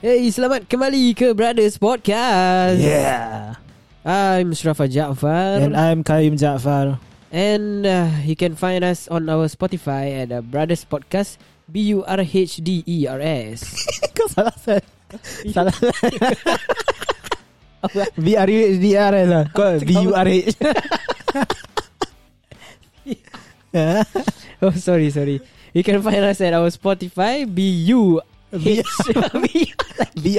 Hey, selamat kembali ke Brothers Podcast. Yeah. I'm Mustafa Jaafar and, And I'm Karim Jaafar. uh, you can find us on our Spotify at uh, Brothers Podcast B U R H D E R S. Kau salah saya. salah. B R U H D R S lah. Kau B U R H. oh, sorry, sorry. You can find us at our Spotify B U H B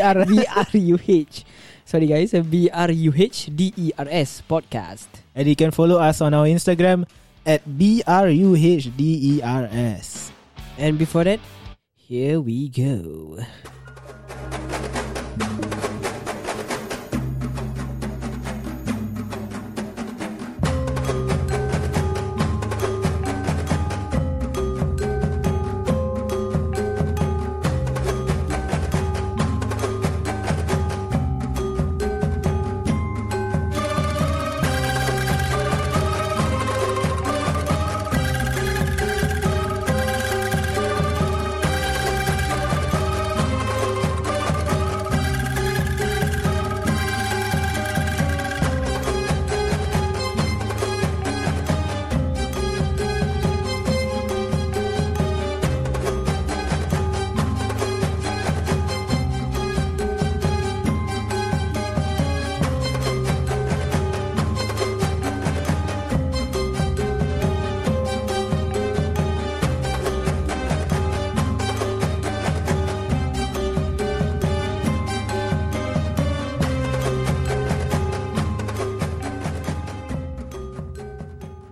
R B R U H. Sorry guys, Uh, B R U H D E R S podcast. And you can follow us on our Instagram at B R U H D E R S. And before that, here we go.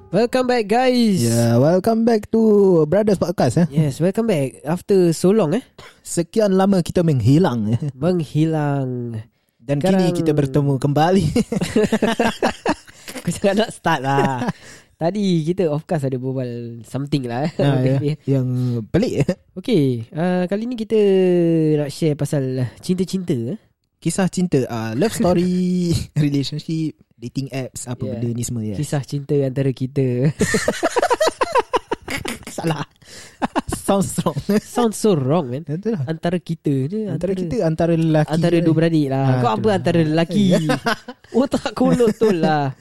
Welcome back guys. Yeah, welcome back to Brothers Podcast. Eh. Yes, welcome back after so long eh Sekian lama kita menghilang eh. menghilang. dan Sekarang- kini kita bertemu kembali. Aku cakap nak start lah. Tadi kita of course ada berbual something lah. nah, okay, ya, yang pelik eh. okay uh, kali ni kita nak share pasal cinta-cinta. eh. kisah cinta, uh, love story, relationship, dating apps, apa Yeah. yeah. benda ni semua ya. Kisah cinta antara kita. Salah. Sounds strong. Sounds so wrong man. Itulah. Antara kita je. Ya, lah. Antara kita antara lelaki Antara dua beradik lah. Ah, Kau tu apa lah. antara lelaki? Oh, Otak kolot tu lah.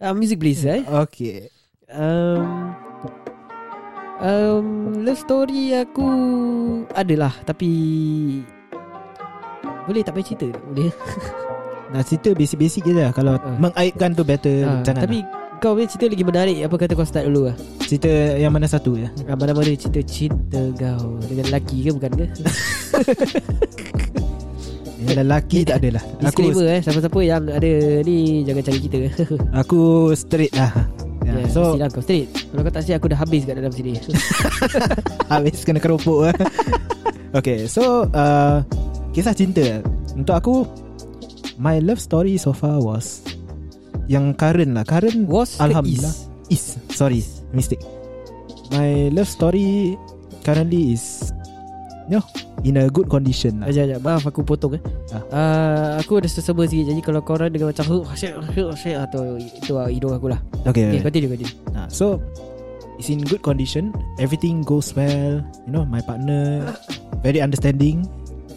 Uh, music please eh. Okay. Um, um, love story aku adalah tapi boleh tak payah cerita tak boleh. Nah cerita basic-basic je lah Kalau Ah. mengaibkan tu better Ha, macam mana tapi kau punya cerita lagi menarik apa kata kau start dulu lah. lah. Cerita yang mana satu ya Ha, mana-mana cerita cinta kau dengan lelaki ke bukan ke? Yang lelaki tak adalah Aku Disclaimer eh siapa-siapa yang ada ni jangan cari kita. eh. aku straight lah Ya, yeah, yeah, So so, kau straight. Kalau kau tak straight aku dah habis kat dalam sini. Habis kena keropok eh. Okay so uh, Kisah cinta Untuk aku My love story so far was Yang current lah Current Was ke Alhamdulillah is? is. Sorry Mistake My love story Currently is You know In a good condition lah Ajar ajar Maaf aku potong eh Ah. uh, Aku ada sesama sikit Jadi kalau korang dengar macam Huk asyik Huk asyik Atau itu lah hidung aku lah Okay, Okay okay continue continue Nah, so it's in good condition. Everything goes well. You know, my partner very understanding.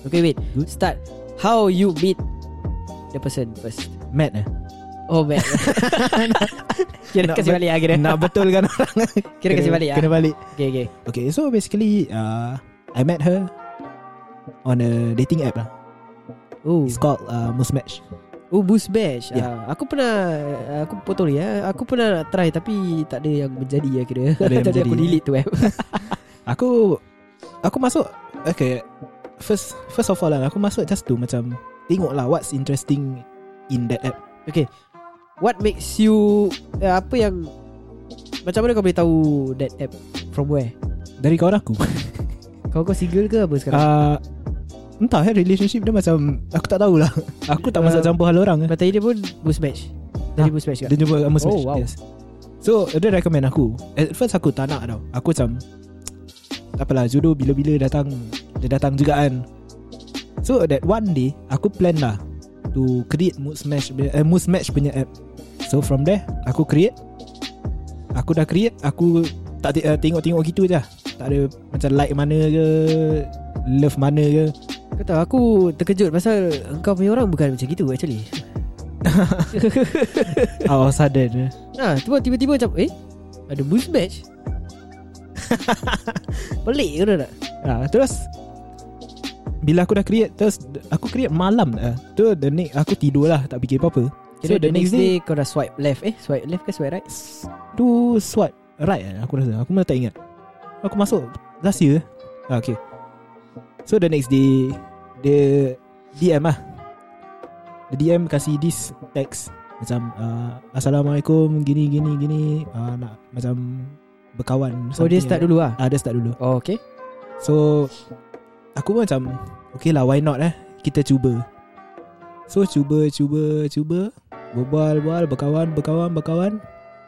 Okay wait Good. Start How you meet The person first Mad eh. Oh man Kira Nak kasih bet- balik lah kira Nak betul kan orang. Kira kasih balik lah Kena balik. Okay okay Okay, so basically, uh, I met her on a dating app lah. Oh It's called uh, Musmatch. Oh boost bash Ya. yeah. Aku pernah Aku potong ni ya. Aku pernah nak try Tapi tak ada yang menjadi ya kira Tak ada yang Tadi aku menjadi. delete tu eh. app Aku aku masuk okay. First first of all lah, aku masuk just to macam tengok lah what's interesting in that app. What makes you uh, Apa yang Macam mana kau boleh tahu That app From where Dari kawan aku. Kau kau single ke apa sekarang? Uh, entah eh relationship dia macam aku tak lah. tahulah. Aku tak masuk Um, campur hal orang. eh. Mata dia pun boost match. Dia Nah, boost match Dia kan? jumpa sama Smash. Oh, wow. Yes. So dia recommend aku. At first aku tak nak tau. Aku macam tak apalah jodoh bila-bila datang dia datang juga kan. So that one day aku plan lah to create mood smash eh, mood smash punya app. So from there aku create aku dah create aku tak lah. te- eh, tengok-tengok gitu je. Tak ada macam like mana ke love mana ke. Kau tahu aku terkejut pasal engkau punya orang bukan macam gitu actually. Out of sudden eh. Nah, Ha, tiba tiba-tiba macam eh ada boost match. Pelik ke tak? ha, Terus Bila aku dah create Terus Aku create malam dah Tu the next Aku tidur lah Tak fikir apa-apa Kira so, the next day, kau dah swipe left eh swipe left ke swipe right? s- Tu swipe Right eh, aku rasa Aku mana tak ingat Aku masuk Last year ah, Okay So the next day Dia DM lah The DM kasih this text Macam uh, Assalamualaikum Gini gini gini uh, Nak macam Berkawan So dia something start like dulu ah. that. Ah, Dia start dulu Oh, okay. So Aku pun macam Okay lah why not eh Kita cuba So cuba cuba cuba Berbual bual Berkawan berkawan berkawan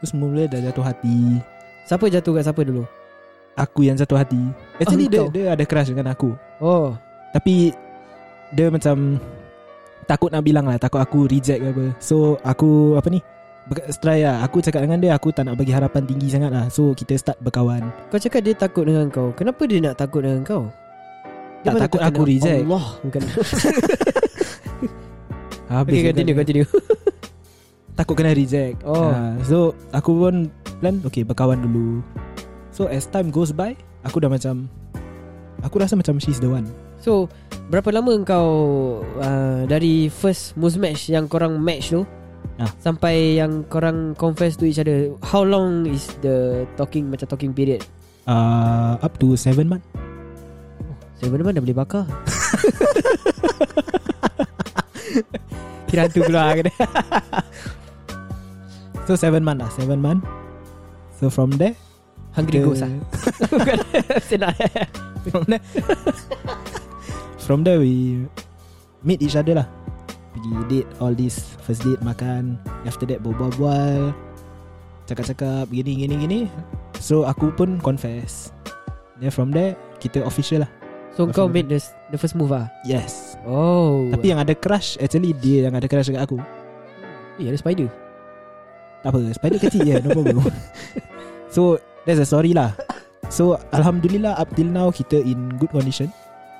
Terus mula dah jatuh hati Siapa jatuh kat siapa dulu? Aku yang jatuh hati Actually Oh, dia, kau. dia ada crush dengan aku Oh, Tapi Dia macam Takut nak bilang lah Takut aku reject ke apa So aku Apa ni ber- Try lah Aku cakap dengan dia Aku tak nak bagi harapan tinggi sangat lah So kita start berkawan kau cakap dia takut dengan kau. Kenapa dia nak takut dengan kau? Tak, mana takut kau aku kenal? reject. Allah, bukan. Habis okay, juga continue, dia. continue. Takut kena reject Oh. Ah, So aku pun plan Okay berkawan dulu So as time goes by Aku dah macam Aku rasa macam she's the one So Berapa lama kau uh, Dari first Moose match Yang korang match tu Ah. Sampai yang korang Confess to each other How long is the Talking Macam talking period uh, Up to 7 month Saya mana-mana boleh bakar Kira hantu keluar kena. So 7 month lah 7 month So from there Hungry kita- ghost lah Bukan Senang From there From there we Meet each other lah Pergi date All this First date makan After that berbual-bual Cakap-cakap Gini gini gini So aku pun confess Then from there Kita official lah So kau made the, the first move lah Yes Oh Tapi yang ada crush Actually dia yang ada crush dekat aku Eh ada spider Tak apa Spider kecil je No problem So That's the story lah So Alhamdulillah Up till now Kita in good condition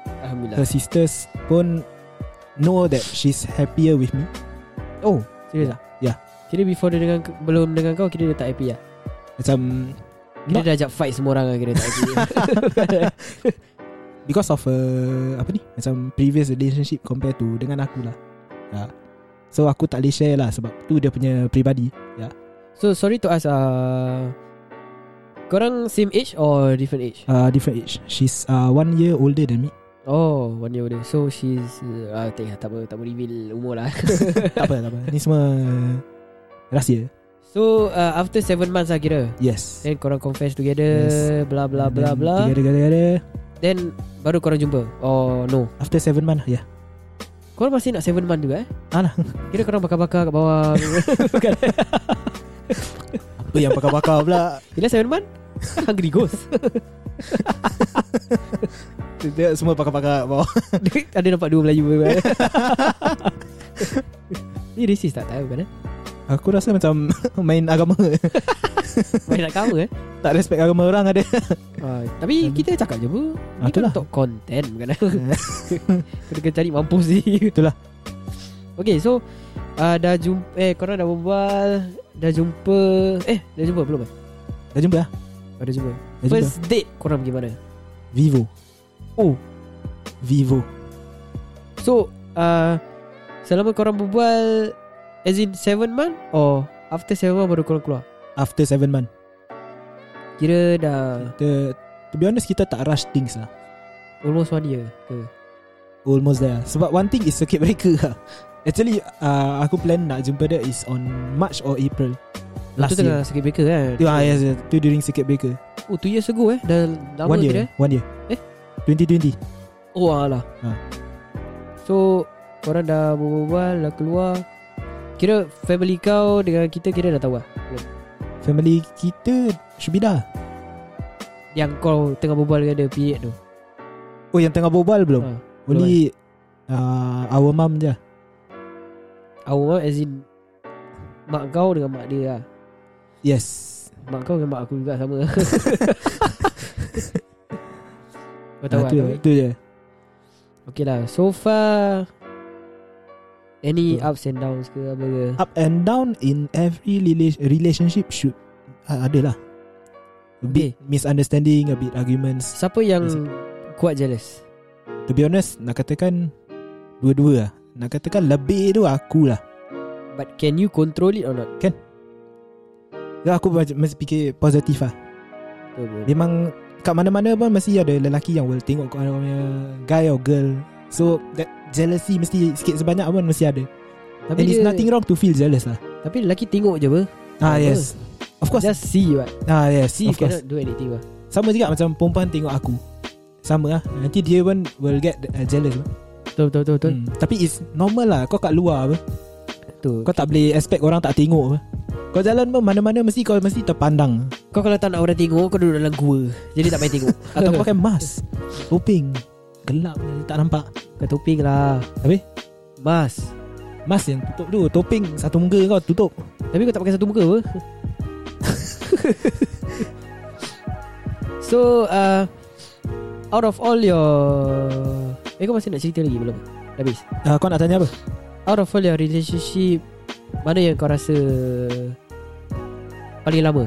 Her Alhamdulillah sisters pun Know that she's happier with me Oh Serius lah Ya. Kira before dia dengan Belum dengan kau Kira dia tak happy lah Macam Kira Not- dia ajak fight semua orang lah Kira tak happy Because of uh, Apa ni Macam previous relationship Compared to Dengan aku lah yeah. So aku tak boleh share lah Sebab tu dia punya Peribadi yeah. So sorry to ask uh, Korang same age Or different age uh, Different age She's uh, one year older than me Oh One year older So she's uh, tak, tak apa Tak apa reveal umur lah Tak apa tak apa Ni semua Rahsia So uh, After 7 months lah kira Yes Then korang confess together Yes. Blah blah blah Then blah Gara gara gara Then Baru korang jumpa Oh no After 7 month Ya Ah, yeah. Korang masih nak 7 months juga eh Alah Kira korang bakar-bakar kat bawah Apa yang bakar-bakar pula Bila 7 months Hungry ghost Dia semua bakar-bakar kat bawah Ada nampak dua Melayu eh? Ni racist tak? Tak bukan eh Aku rasa macam Main agama Main nak cover eh Tak respect agama orang ada Ah, tapi Macam- kita cakap je apa Ah, Ni kan itulah. untuk content bukan Kita kena cari mampus ni Itulah. Okay so uh, Dah jumpa Eh korang dah berbual Dah jumpa Eh dah jumpa belum eh? Dah jumpa lah Oh, dah jumpa Dah jumpa First date korang pergi mana Vivo Oh. Vivo So uh, Selama korang berbual As in 7 month Or After 7 month baru korang keluar After 7 month Kira dah The, To be honest Kita tak rush things lah Almost one year ke Almost there Sebab one thing is circuit breaker lah Actually uh, Aku plan nak jumpa dia Is on March or April Itu Last tengah year circuit breaker kan Tu, ah, yes, yes. tu during circuit breaker Oh 2 years ago eh Dah lama One kira year One year Eh? 2020 Oh alah Ha. So Korang dah berbual Dah keluar Kira family kau Dengan kita kira dah tahu lah Family kita Should be dah Yang kau tengah berbual dengan dia Period tu Oh yang tengah berbual belum? Ha, Only eh. uh, Our mom je Awal as in Mak kau dengan mak dia lah Yes Mak kau dengan mak aku juga sama Kau tahu ah, lah tu, kau- tu je Okay lah So far Any Betul. ups and downs ke Apa ke Up and down in every rela- relationship should uh, ada lah. A bit misunderstanding, a bit arguments. Siapa yang Yes. Kuat jealous To be honest, nak katakan dua-dua lah. Nak katakan lebih tu aku lah. But can you control it or not Ya, aku macam- masih fikir positif lah. Betul, betul. Memang kat mana-mana pun mesti ada lelaki yang will tengok kau orang punya guy or girl. So that jealousy mesti sikit sebanyak pun mesti ada. Tapi And it's dia- nothing wrong to feel jealous lah. Tapi lelaki tengok je apa Ah Apa? yes. Of course. Just see what ah yes, See of course. cannot do anything lah Sama juga macam perempuan tengok aku. Sama lah. Nanti dia pun will get uh, jealous. lah. Betul betul betul, betul. Hmm. Tapi it's normal lah. Kau kat luar apa. Betul. Kau tak boleh expect orang tak tengok apa. Kau jalan pun mana-mana mesti kau mesti terpandang. Kau kalau tak nak orang tengok Kau duduk dalam gua Jadi tak payah tengok Atau kau pakai mask. Topeng. Gelap tak nampak. Kau topeng lah Habis? Mas Mask yang tutup tu Topeng satu muka kau tutup Tapi kau tak pakai satu muka apa So uh, Out of all your Eh kau masih nak cerita lagi belum? Dah Habis uh, Kau nak tanya apa? Out of all your relationship Mana yang kau rasa Paling lama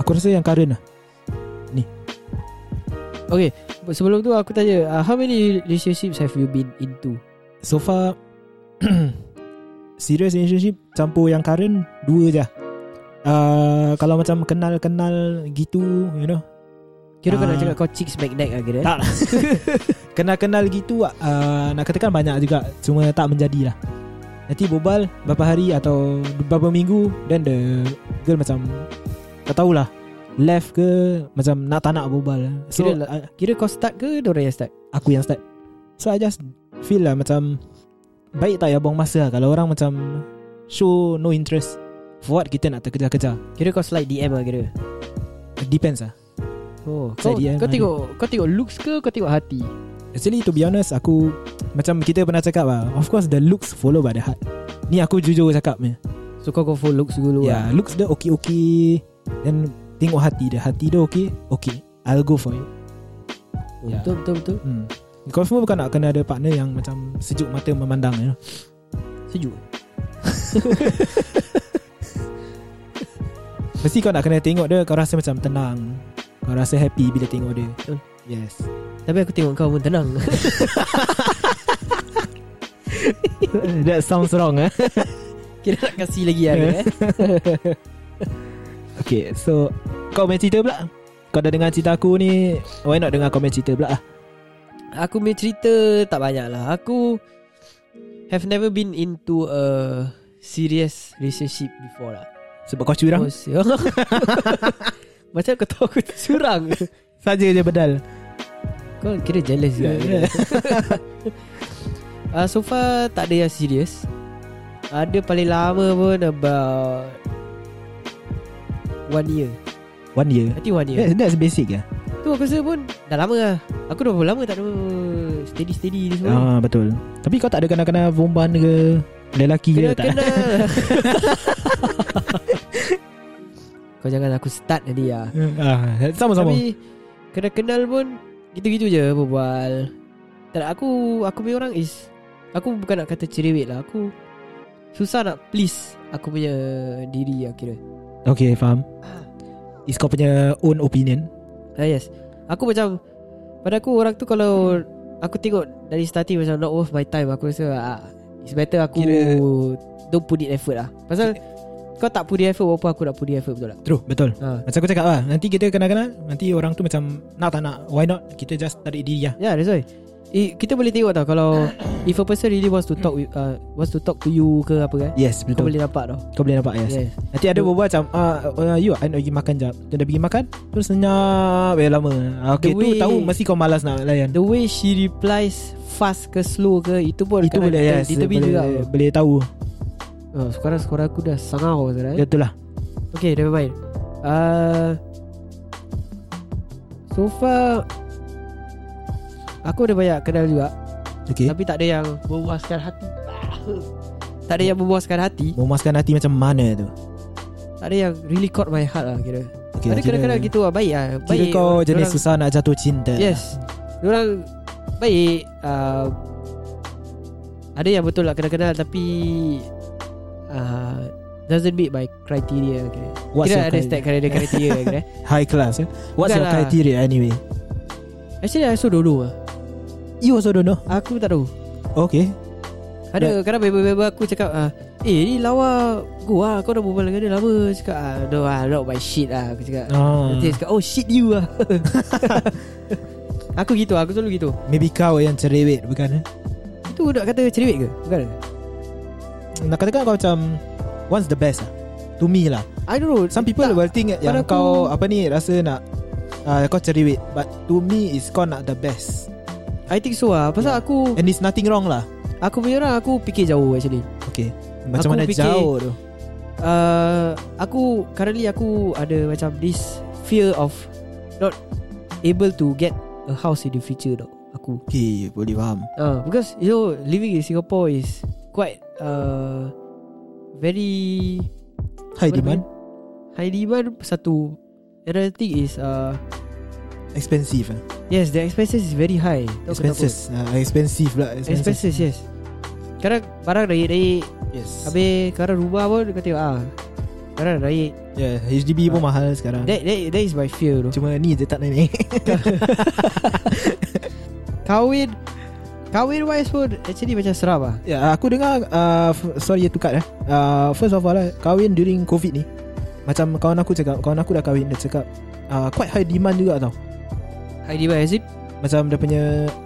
Aku rasa yang current lah Okay Sebelum tu aku tanya uh, How many relationships have you been into? So far Serious relationship Campur yang current Dua je uh, Kalau macam kenal-kenal gitu You know Kira kau Ah. nak cakap kau chicks magnet lah kira eh? Tak lah Kenal-kenal gitu uh, Nak katakan banyak juga Cuma tak menjadi lah Nanti bobal Berapa hari atau Berapa minggu Then the girl macam Tak tahulah Left ke Macam nak tak nak bobal So Kira lah- uh, Kira kau start ke Diorang yang start? aku yang start So I just feel lah macam Baik tak ya buang masa lah Kalau orang macam Show no interest For what kita nak terkejar-kejar Kira kau slide DM lah kira It Depends lah Oh, kau, Slide DM kau ada. tengok kau tengok looks ke kau tengok hati? Actually to be honest Aku Macam kita pernah cakap lah Of course the looks Follow by the heart Ni aku jujur cakap ni So kau go for looks dulu Ya yeah, lah. looks dia okay-okay Then tengok hati dia Hati dia okay Okay I'll go for it Oh, Ya. Betul betul betul. hmm. Kau semua bukan nak kena ada partner yang macam sejuk mata memandang ya. Sejuk. Mesti kau nak kena tengok dia Kau rasa macam tenang Kau rasa happy bila tengok dia Betul. Yes Tapi aku tengok kau pun tenang. That sounds wrong eh? kira nak kasih lagi ada eh. Okay so Kau main cerita pula Kau dah dengar cerita aku ni Why not dengar kau main cerita pula ah? Aku punya cerita tak banyak lah. Aku have never been into a serious relationship before lah. Sebab kau curang Oh, sial. Macam kau tahu aku curang Saja je bedal Kau kira jealous juga Ya, ya. uh, So far tak ada yang serius Ada paling lama pun about One year One year I think one year yeah. That's basic ya. Tu aku rasa pun Dah lama lah Aku dah berapa lama tak ada Steady-steady ni semua Ah betul Tapi kau tak ada kena-kena Bomban ke Lelaki Kena ke ya, tak kena Kau jangan aku start tadi lah ah, Sama-sama Tapi kena kenal pun gitu-gitu je berbual. Tak nak- aku aku punya orang is aku bukan nak kata cerewet lah. Aku susah nak please aku punya diri lah kira. Okay faham Is kau punya own opinion Ah yes. Aku macam pada aku orang tu kalau aku tengok dari starting macam not worth my time aku rasa ah, it's better aku Kira- don't put in effort lah. Pasal kau tak put in effort walaupun aku nak put in effort betul tak? True betul Ha. Macam aku cakap lah Nanti kita kenal-kenal Nanti orang tu macam Nak tak nak Why not Kita just tarik diri lah Yeah, that's why. Eh, kita boleh tengok tau kalau if a person really wants to talk with, uh, wants to talk to you ke apa kan. Yes Kau betul boleh nampak tau. Kau boleh nampak yes Yes. Nanti ada berbual macam ah, uh, You I nak pergi makan jap Dia dah pergi makan Terus senyap Eh lama Ah, Okay The tu way- tahu Mesti kau malas nak layan The way she replies fast ke slow ke itu pun Itu boleh yes Determine boleh, kan, juga. boleh tahu Oh, sekarang sekolah aku dah sangau sekarang. Ya Eh? tu lah Okay, never mind. Uh, so far aku ada banyak kenal juga Okay tapi tak ada yang memuaskan hati. tak ada yang memuaskan hati. Memuaskan hati macam mana tu Tak ada yang really caught my heart lah kira. okay, ada kira- kadang-kadang gitu lah Baik lah Kira baik kau jenis Dorang- susah nak jatuh cinta Yes Diorang Baik uh, Ada yang betul lah kenal-kenal Tapi uh, Doesn't meet by criteria kira. What's Kira your ada criteria? stack criteria, criteria kira. High class eh? What's Bukan your lah. criteria anyway Actually I also don't know lah. You also don't know Aku tak tahu Okay Ada kadang member-member aku cakap ah, Eh ni lawa Gua lah Kau dah berbual dengan dia lama Cakap ah, No ah, not my shit lah Aku cakap ah. Nanti dia cakap Oh shit you lah Aku gitu lah, Aku selalu gitu Maybe kau yang cerewet Bukan eh? Itu nak kata cerewet ke? Bukan ke? Nak katakan kau macam What's the best lah To me lah I don't know Some people Tak. will think Yang pada aku- kau Apa ni Rasa nak uh, Kau cerewet But to me Is kau nak the best I think so lah Pasal aku And it's nothing wrong lah Aku punya orang Aku fikir jauh actually Okay Macam Aku mana fikir- jauh tu uh, Aku Currently aku Ada macam this Fear of Not Able to get A house in the future tau Aku Okay boleh faham uh, Because you know Living in Singapore is Quite uh, Very High demand High demand Satu Another thing is uh, Expensive eh? Yes the expenses is very high Tahu kenapa? Expenses uh, Expensive lah Expenses Expenses yes Sekarang barang naik-naik Yes Habis sekarang rumah pun Kau tengok ah Sekarang naik yeah, HDB pun mahal sekarang that, that, that is my fear tu Cuma ni dia tak naik Kahwin Kahwin wise pun Actually macam seram lah Ya aku dengar uh, f- Sorry to cut eh uh, First of all lah Kahwin during covid ni Macam kawan aku cakap Kawan aku dah kahwin Dia cakap uh, Quite high demand juga tau High demand as in Macam dia punya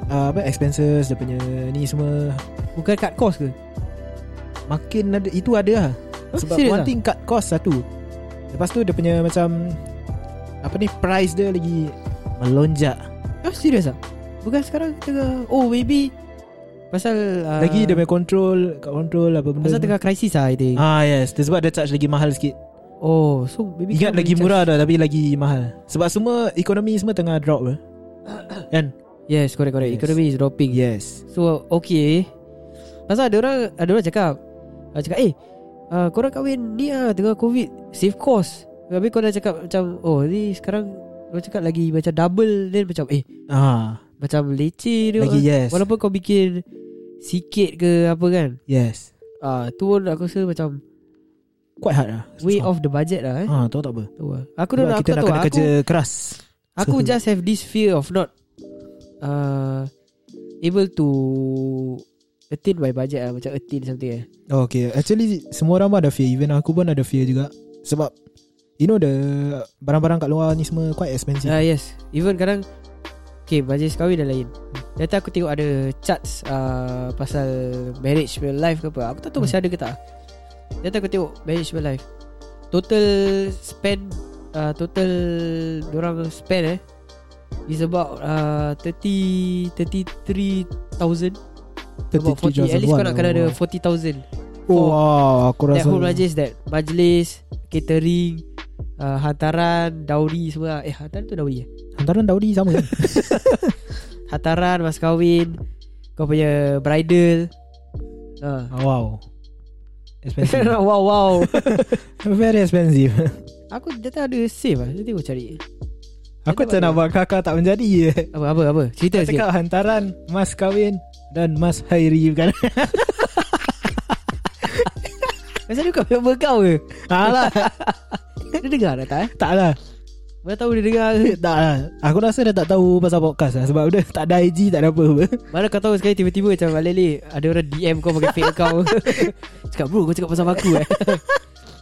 uh, Apa expenses Dia punya ni semua Bukan cut cost ke Makin ada Itu ada lah Huh? Sebab Serious one ah? thing cut cost satu Lepas tu dia punya macam Apa ni Price dia lagi Melonjak Oh serius ah? Bukan sekarang tengah Oh maybe Pasal uh, Lagi dia punya control Kat control apa benda Pasal tu. tengah krisis lah I think Ah yes Dia Sebab dia charge lagi mahal sikit Oh so maybe kau Ingat lagi boleh murah dah Tapi lagi mahal Sebab semua Ekonomi semua tengah drop eh. charge- Kan Yes correct correct Yes. Economy is dropping Yes So okay Pasal ada orang Ada orang cakap uh, Cakap eh uh, Korang kahwin ni lah Tengah covid Save cost Habis kau dah cakap macam Oh ni sekarang Kau cakap lagi macam double Then macam eh Ah Macam leceh dia Lagi orang. yes Walaupun kau bikin Sikit ke apa kan Yes Ah, tu pun aku rasa macam Quite hard lah Way Susah. off the budget lah eh. Ah, tahu tak apa Tu lah. Aku Sebab dah aku Kita tak nak tahu kena aku, kerja keras aku just have this fear of not uh, Able to Attain my budget lah Macam attain something eh. Oh, okay Actually Semua orang pun ada fear Even aku pun ada fear juga Sebab You know the Barang-barang kat luar ni semua Quite expensive Ah yes Even kadang Okay majlis kahwin dan lain Nanti aku tengok ada charts uh, Pasal marriage punya life ke apa Aku tak tahu Hmm. masih ada ke tak Nanti aku tengok marriage punya life Total spend uh, Total Diorang spend eh Is about uh, 30 33,000 About 40 At least kau nak kena ada 40,000 Oh wow Aku That rasa whole majlis that Majlis Catering uh, Hantaran Dowry semua Eh hantaran tu dowry eh Hantaran Daudi sama kan Hataran Mas kahwin Kau punya bridal uh. Ah, Wow Expensive Wow wow Very expensive Aku data ada save lah Nanti aku cari Aku tak nak buat kakak tak menjadi eh. Apa apa apa Cerita Kita sikit cakap hantaran Mas kahwin Dan Mas Hairi bukan Masa ni kau member kau ke Alah Dia dengar dah tak eh Tak lah Mana tahu dia dengar ke Tak lah Aku rasa dia tak tahu Pasal podcast lah Sebab dia tak ada IG Tak ada apa pun Mana kau tahu sekali tiba-tiba macam Alele Ada orang DM kau pakai fake account Cakap bro kau cakap pasal aku eh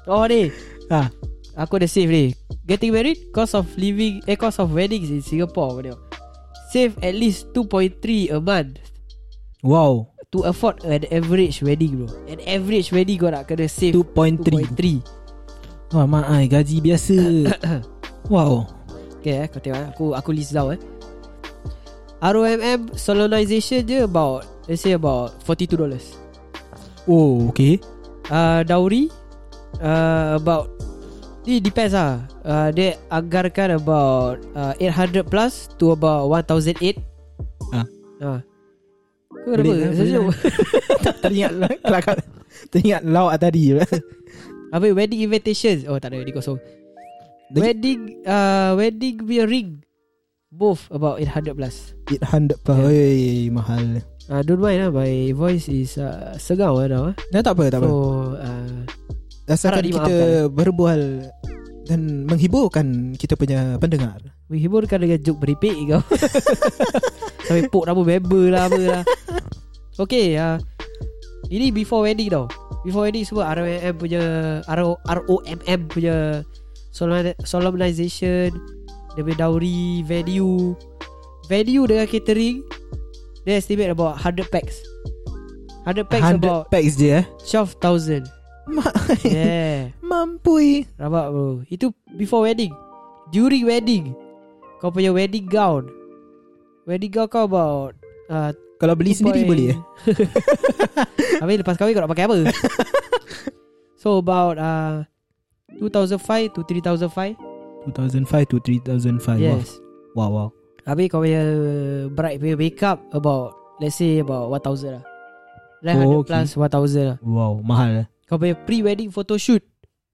Oh ni ha. Aku ada save ni Getting married Cost of living Eh cost of weddings in Singapore kau tengok. Save at least 2.3 a month Wow To afford an average wedding bro An average wedding kau nak kena save 2.3 Wah mak ai Gaji biasa Wow Okay eh kau tengok eh. Aku, aku list down eh ROMM solemnization je about Let's say about $42 Oh okay uh, Dowry uh, About Ni depends lah uh, Dia anggarkan about uh, 800 plus To about 1008 Ah. uh. Kau kenapa? Boleh lah, Sejuk. boleh Tak teringat lah kelakar. Teringat laut tadi Habis wedding invitations Oh tak ada wedding kosong Lagi- Wedding uh, Wedding punya ring Both about 800 plus 800 per yeah. Oi, mahal uh, Don't mind lah My voice is uh, Segar lah now eh. Nah, tak apa tak apa So uh, Asalkan harap kita berbual Dan menghiburkan Kita punya pendengar Menghiburkan dengan joke beripik kau Sampai pok rambut beber lah apa lah Okay uh, Ini before wedding tau Before wedding semua ROMM punya RO, ROMM punya solemni- Solemnization Dia punya dowry Venue Venue dengan catering Dia estimate about 100 packs 100 packs 100 about packs je eh 12,000 Ma- Yeah Mampui Rabak bro Itu before wedding During wedding Kau punya wedding gown Wedding gown kau about uh, Kalau beli sendiri boleh eh Habis lepas kahwin kau nak pakai apa So about uh, 2005 to 3005 2005 to 3005 Yes Wow wow Habis kau punya Bride punya makeup About Let's say about 1000 lah 900 Oh, oh, okay. plus 1000 lah Wow mahal eh. Kau punya pre-wedding photoshoot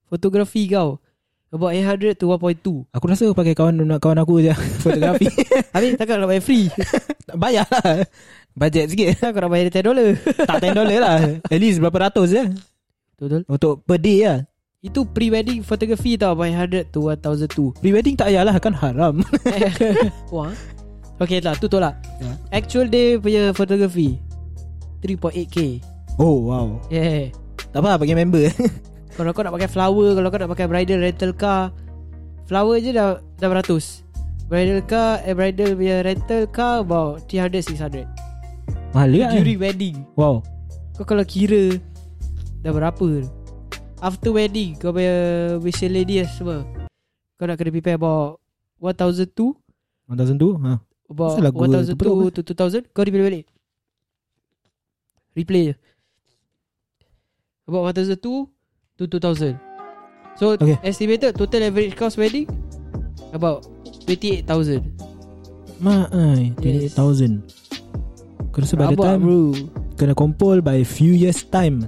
Fotografi kau About 800 to 1.2 Aku rasa pakai kawan kawan aku je Fotografi Habis takkan nak bayar free Tak Bayar lah Budget sikit Takkan nak bayar 10 dollar Tak 10 dollar lah At least berapa ratus je Betul Untuk per day lah Itu pre-wedding photography tau By 100 to 1002 Pre-wedding tak payah lah Kan haram Wah Okay lah tu tolak Ya. Actual day punya photography 3.8k Oh wow Yeah Tak apa lah, bagi member Kalau kau nak pakai flower Kalau kau nak pakai bridal rental car Flower je dah 600 Bridal car eh, Bridal punya rental car About 300 600 Mahal juga kan During wedding Wow Kau kalau kira Dah berapa tu. After wedding Kau punya Miscellaneous semua Kau nak kena prepare about 1002 1000 tu ha. About Asal lagu tu 1000 to, betul to 2000 Kau replay balik Replay je About 1000 to 2000 So Okay. okay. estimated total average cost wedding About 28,000 Mak ai Yes. 28,000 Kau rasa by the Rabak, time bro Kena kumpul by few years time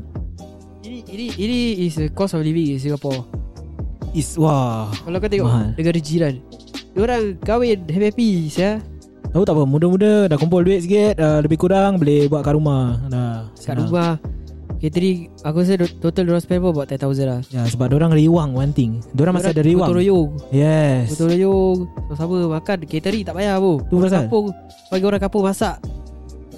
ini, ini, ini is the cost of living in Singapore Is wah Kalau kau tengok Mahal. negara jiran Diorang kahwin happy-happy ya. Tahu tak apa Muda-muda dah kumpul duit sikit uh, Lebih kurang Boleh buat kat rumah Dah Kat senang. rumah Catering Aku rasa do- total diorang spend pun about 10,000 lah Ya sebab orang rewang one thing Diorang masih ada rewang Gotong royong Yes Gotong royong Sama-sama makan Catering tak payah pun Tu pasal Kampung Bagi orang kampung masak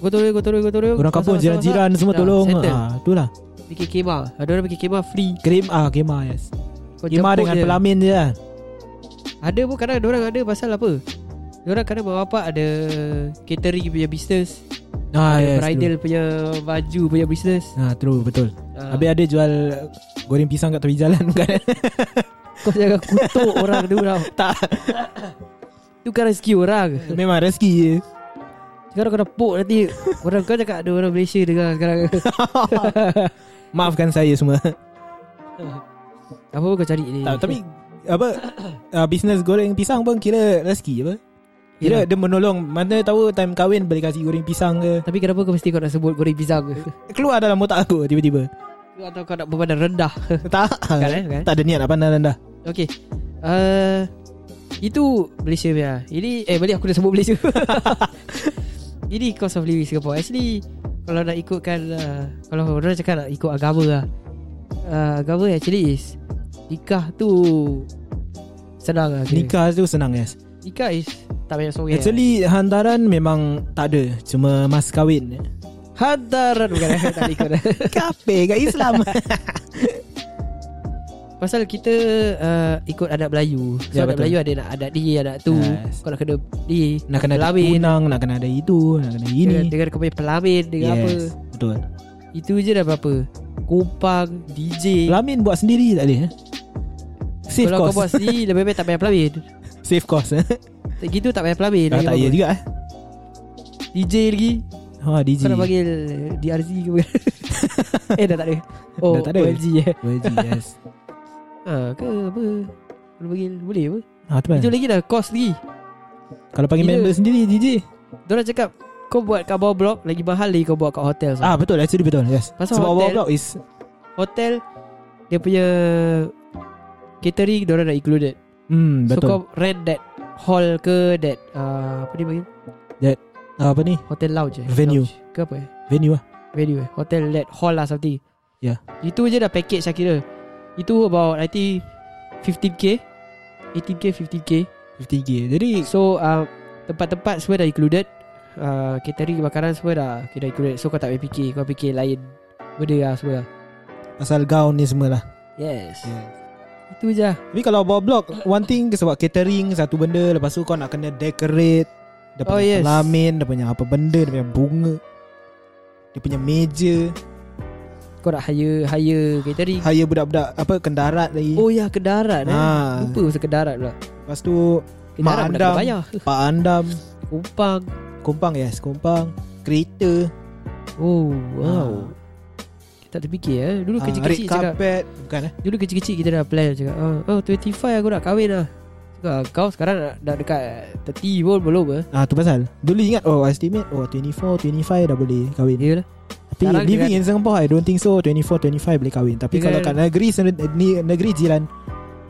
Gotong royong Gotong royong Gotong royong Orang kampung Masak, masak, jiran-jiran masak. semua Dah, tolong Settle ah, Itulah Bikin kemah Ada orang bikin kemah free Krim ah Kema yes Kau jemput Kema dengan je. pelamin je lah Ada pun kadang orang ada Pasal apa Diorang kadang bawa apa Ada Catering punya business ah, Ada yes, bridal punya Baju punya business true. Ah, true betul Ah. Habis ada jual Goreng pisang kat tepi jalan bukan Kau jangan kutuk orang tu tau Tak Tu kan rezeki orang Memang rezeki je Sekarang kau dah pok nanti Orang kau cakap ada orang Malaysia dengar sekarang Maafkan saya semua Apa pun kau cari ni tak, Tapi Apa uh, Bisnes goreng pisang pun Kira rezeki apa Kira Yelah. dia menolong Mana tahu time kahwin Boleh kasih goreng pisang ke Tapi kenapa kau mesti kau nak sebut goreng pisang ke? Keluar dalam otak aku Tiba-tiba Atau kau nak berbadan rendah Tak Bukan, eh, bukan. Tak ada niat nak pandang rendah Okay uh, Itu Malaysia punya Ini Eh balik aku dah sebut Malaysia Ini cost of living Singapore Actually Kalau nak ikutkan uh, Kalau orang cakap nak ikut agama lah uh, Agama actually is Nikah tu Senang lah kira. Nikah tu senang yes Nikah is Tak banyak sorang Actually hantaran memang tak ada Cuma mas kahwin Hantaran Bukan eh, tak nak ikut Kape kat Islam Pasal kita uh, Ikut adat Melayu So Ya, adat betul. Melayu ada nak adat ni Adat tu Yes. Kau nak kena ni Nak kena ada Pelamin. tunang Nak kena ada itu Nak kena ini Dengan, dengan kau punya pelamin Dengan yes. apa Betul Itu je dah berapa Kupang DJ Pelamin buat sendiri tak boleh eh? Save Kalau cost kau buat sendiri Lebih baik tak payah pelamin Save cost eh? Tak Gitu tak payah pelamin ah, lagi Tak apa-apa. ya juga eh? DJ lagi Ha DJ Kau nak panggil DRZ ke bukan? Eh dah tak ada Oh Dah tak ada. OLG eh OLG yes ha, Ke apa Kau panggil Boleh apa Ha tu Itu kan lagi dah Cost lagi Kalau panggil Gila. member sendiri DJ Diorang cakap Kau buat kat bawah blok Lagi mahal lagi kau buat kat hotel so. Ah betul actually betul yes Pasal Sebab hotel- awal block is Hotel Dia punya Catering Diorang dah included Hmm So kau betul rent that hall ke that uh, apa dia panggil Ah, Apa ni hotel lounge eh? Venue. lounge. ke apa eh Venue lah venue eh hotel that hall lah something Yeah. itu je dah package saya kira itu about I think 15k 18k 15k 50k Jadi so uh, tempat-tempat semua dah included uh, catering makanan semua dah okay, dah included so kau tak payah fikir kau fikir lain benda lah semua Pasal gaun ni semua lah yes yeah. itu je lah. Tapi kalau bawa blog One thing sebab catering Satu benda Lepas tu kau nak kena decorate Dia Oh, punya oh, yes. yes. pelamin Dia punya apa benda Dia punya bunga Dia punya meja kau nak hire hire catering Hire budak-budak Apa kendarat lagi oh ya ke darat eh Ha. lupa pasal ke darat pula Lepas tu ke darat Eh, pun dah Mandam. kena bayar Pak Andam Kupang Kompang yes Kompang Kereta Oh wow Kita tak terfikir eh Dulu Ah, kecil-kecil red cakap carpet Bukan eh Dulu kecil-kecil kita dah plan Cakap oh, oh 25 aku nak kahwin lah Cakap kau sekarang dah, dah dekat 30 pun belum eh Ah tu pasal Dulu ingat Oh estimate Oh 24 25 dah boleh kahwin Yelah Tapi Sekarang living dengan- in Singapore I don't think so 24 25 boleh kahwin Tapi Dengan- kalau kat negeri sen- ni- Negeri jiran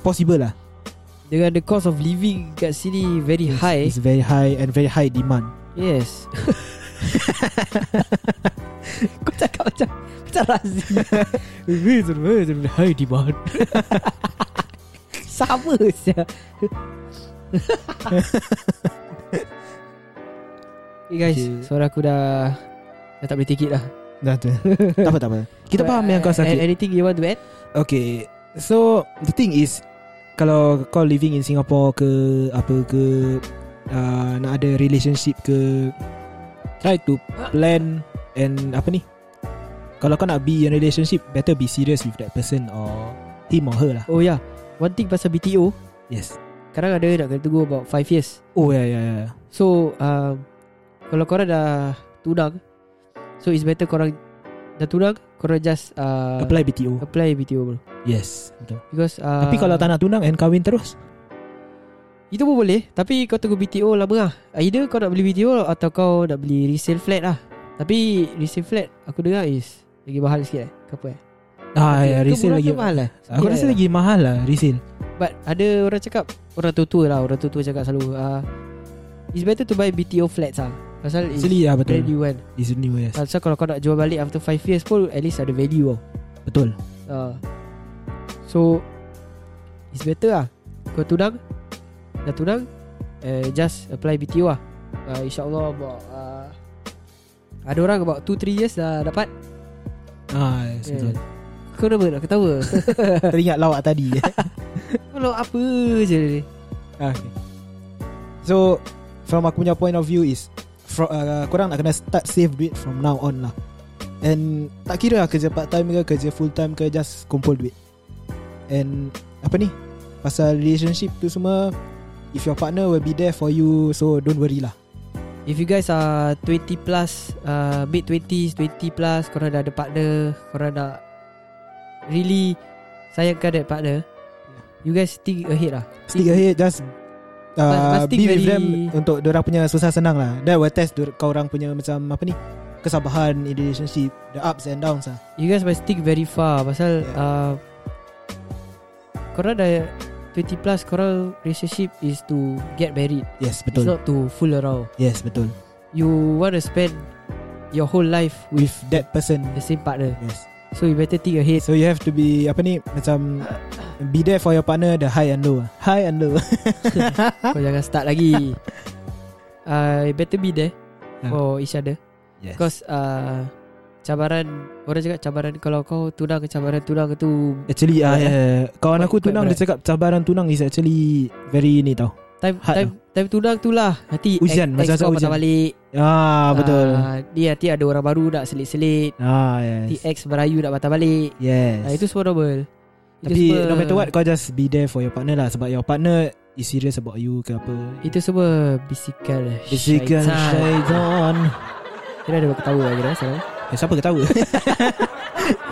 Possible lah Dengan the cost of living kat sini Very high It's very high And very high demand Yes Kau cakap macam Macam Razi High demand Sama saja Okay guys Okay. okay. Suara aku dah Dah tak boleh take it lah Dah tu Tak apa tak apa Kita So, faham yang uh, kau sakit Anything you want to add Okay So The thing is Kalau kau living in Singapore ke Apa ke uh, Nak ada relationship ke Try to plan And apa ni Kalau kau nak be in relationship Better be serious with that person Or Him or her lah Oh ya yeah. One thing pasal BTO Yes Kadang ada nak kena tunggu about 5 years Oh ya yeah, ya yeah, yeah. So um, Kalau korang dah Tunang So it's better korang Dah tunang Korang just uh, Apply BTO apply BTO bro Yes betul. Because uh, Tapi kalau tak nak tunang And kahwin terus Itu pun boleh Tapi kau tunggu BTO lama lah Either kau nak beli BTO Atau kau nak beli resale flat lah Tapi resale flat Aku dengar is Lagi mahal sikit eh Ke apa eh Ah Tapi ya ke resale murah lagi ke mahal lah Aku rasa lagi mahal lah Resale But ada orang cakap Orang tua-tua lah Orang tua-tua cakap selalu uh, It's better to buy BTO flats lah Pasal it's Actually ya brand betul new kan It's new yes Pasal kalau kau nak jual balik After 5 years pun At least ada value tau Betul uh, So It's better lah Kau tunang Dah tunang uh, Just apply BTO lah uh, InsyaAllah about uh, Ada orang about 2-3 years dah dapat Ah, yes, Yeah. betul. Kau kenapa nak ketawa Teringat lawak tadi. Kalau apa je ni ah, okay. So, from aku punya point of view is from, uh, korang nak kena start save duit from now on lah. And tak kira lah kerja part time ke kerja full time ke just kumpul duit. And apa ni? Pasal relationship tu semua if your partner will be there for you so don't worry lah. If you guys are 20 plus uh, Mid 20s 20 plus Korang dah ada partner Korang nak Really Sayangkan that partner You guys think ahead lah Stick ahead just Uh, Must- must be think with very- them Untuk dorang punya susah senang lah That will test dor- kau orang punya macam Apa ni Kesabaran in relationship The ups and downs lah You guys must think very far Pasal yeah. Yeah. uh, Korang dah 20 plus Korang relationship is to Get married Yes It's betul not to fool around Yes betul You want to spend Your whole life With With that person the same partner Yes So you better think ahead So you have to be Apa ni Macam Be there for your partner The high and low ah. High and low Kau jangan start lagi uh, you Better be there Yeah. For each other yes. Because uh, Cabaran Orang cakap cabaran Kalau kau tunang Cabaran tunang tu Actually Yeah. uh, yeah. Quite- Kawan aku quite tunang Dia berat. cakap Cabaran tunang Is actually Very ni tau Time Hard time, time tunang tu lah Nanti ex, ex Hujan, masa-masa kau patah hujan. balik Ah betul Ah, Ni nanti ada orang baru Nak selit-selit Ah Nanti yes ex Merayu nak patah balik Yes Ah, Itu semua normal Itu Tapi semua- no matter what Kau just be there for your partner lah Sebab your partner Is serious about you Ke apa Itu semua Bisikan Bisikan syaitan. syaitan Kira ada orang ketawa lah Kira salah eh, Siapa ketawa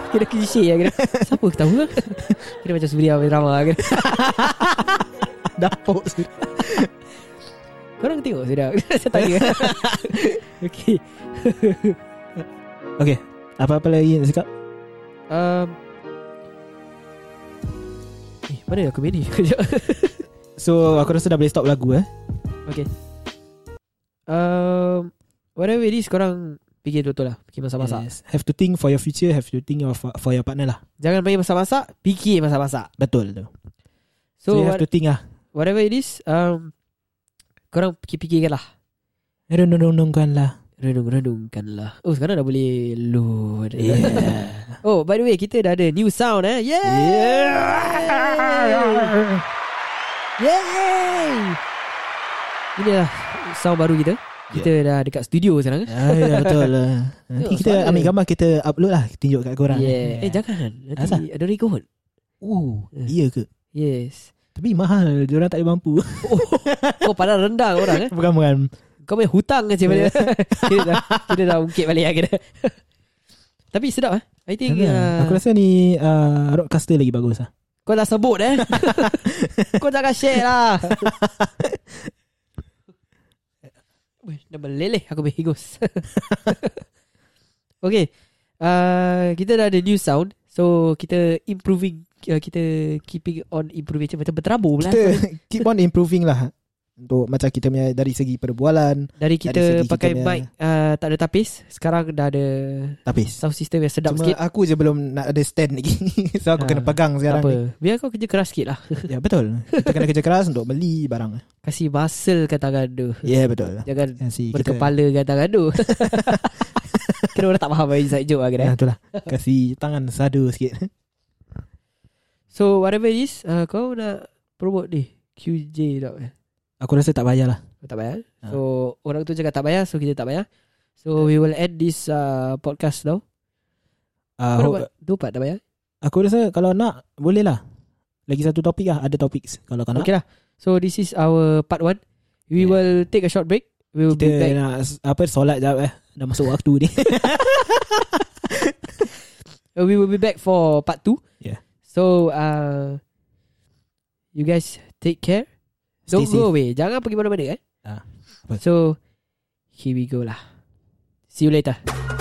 Kira kisih lah Kira Siapa ketawa Kira macam Suria drama lah, Kira Dapuk Korang tengok sudah Saya tanya Okay Apa-apa lagi nak cakap um, Eh mana aku main ni Kejap. So aku rasa dah boleh stop lagu eh Okay um, Whatever it is Korang Fikir betul-betul lah Fikir masak-masak Yes. Have to think for your future, have to think of for your partner lah. Jangan main masak-masak Fikir masak-masak Betul tu. So, So, you what, have to think lah. whatever it is um, Korang fikir-fikirkan lah Renung-renungkan lah. Renung-renungkan lah Oh sekarang dah boleh Load Yeah. Oh by the way Kita dah ada new sound eh Yeah Yeah Yay Inilah sound baru kita Kita dah dekat studio sekarang eh? ah, ya, betul lah. Nanti Tengok kita suara. ambil gambar kita upload lah. Tunjuk kat korang. Yeah. Eh jangan Nanti Asal? ada record Oh, Eh. iya ke? Yes Tapi mahal. Diorang tak ada mampu. Oh padahal rendah orang eh bukan, bukan. Kau main hutang ke cik balik Kita dah Kita dah ungkit balik lah kita Tapi sedap eh I think Tapi, uh, Aku rasa ni uh, Rockcaster lagi bagus lah. Kau dah sebut eh Kau jangan share lah Weh, Dah meleleh Aku berhigus Okay uh, Kita dah ada new sound So kita improving uh, Kita keeping on improving Macam- Macam berterabur pula Kita keep on improving lah. Untuk macam kita punya dari segi perbualan. Dari kita segi kita pakai punya- mic uh, Tak ada tapis Sekarang dah ada Tapis. Sound system yang sedap Cuma sikit aku je belum nak ada stand lagi. so Ah, aku kena pegang Tak sekarang apa ni. Biar kau kerja keras sikit lah Ya betul. Kita kena kerja keras untuk beli barang. Kasih muscle kat tangan tu Ya yeah, betul. Jangan Kasih kita. Berkepala kat tangan tu Kena orang tak faham Inside joke lah kena Ya, itulah. Kasih tangan sadu sikit. So whatever it is uh, Kau nak promote ni QJ tak eh? Aku rasa tak payahlah. Kau tak bayar Ha. So orang tu cakap tak bayar So kita tak bayar So we will end this uh, podcast now Uh, Kau dah ho- buat Dua part tak bayar aku rasa kalau nak boleh lah. Lagi satu topik lah. Ada topik kalau kau nak. Okay lah So this is our part one We Yeah. will take a short break We will be Kita back nak s- apa solat jap eh. Dah masuk waktu ni. uh, We will be back for part two Yeah. So uh, You guys take care Stay Don't safe. go away Jangan kan? pergi mana-mana eh Ah, apa? So Here we go lah See you later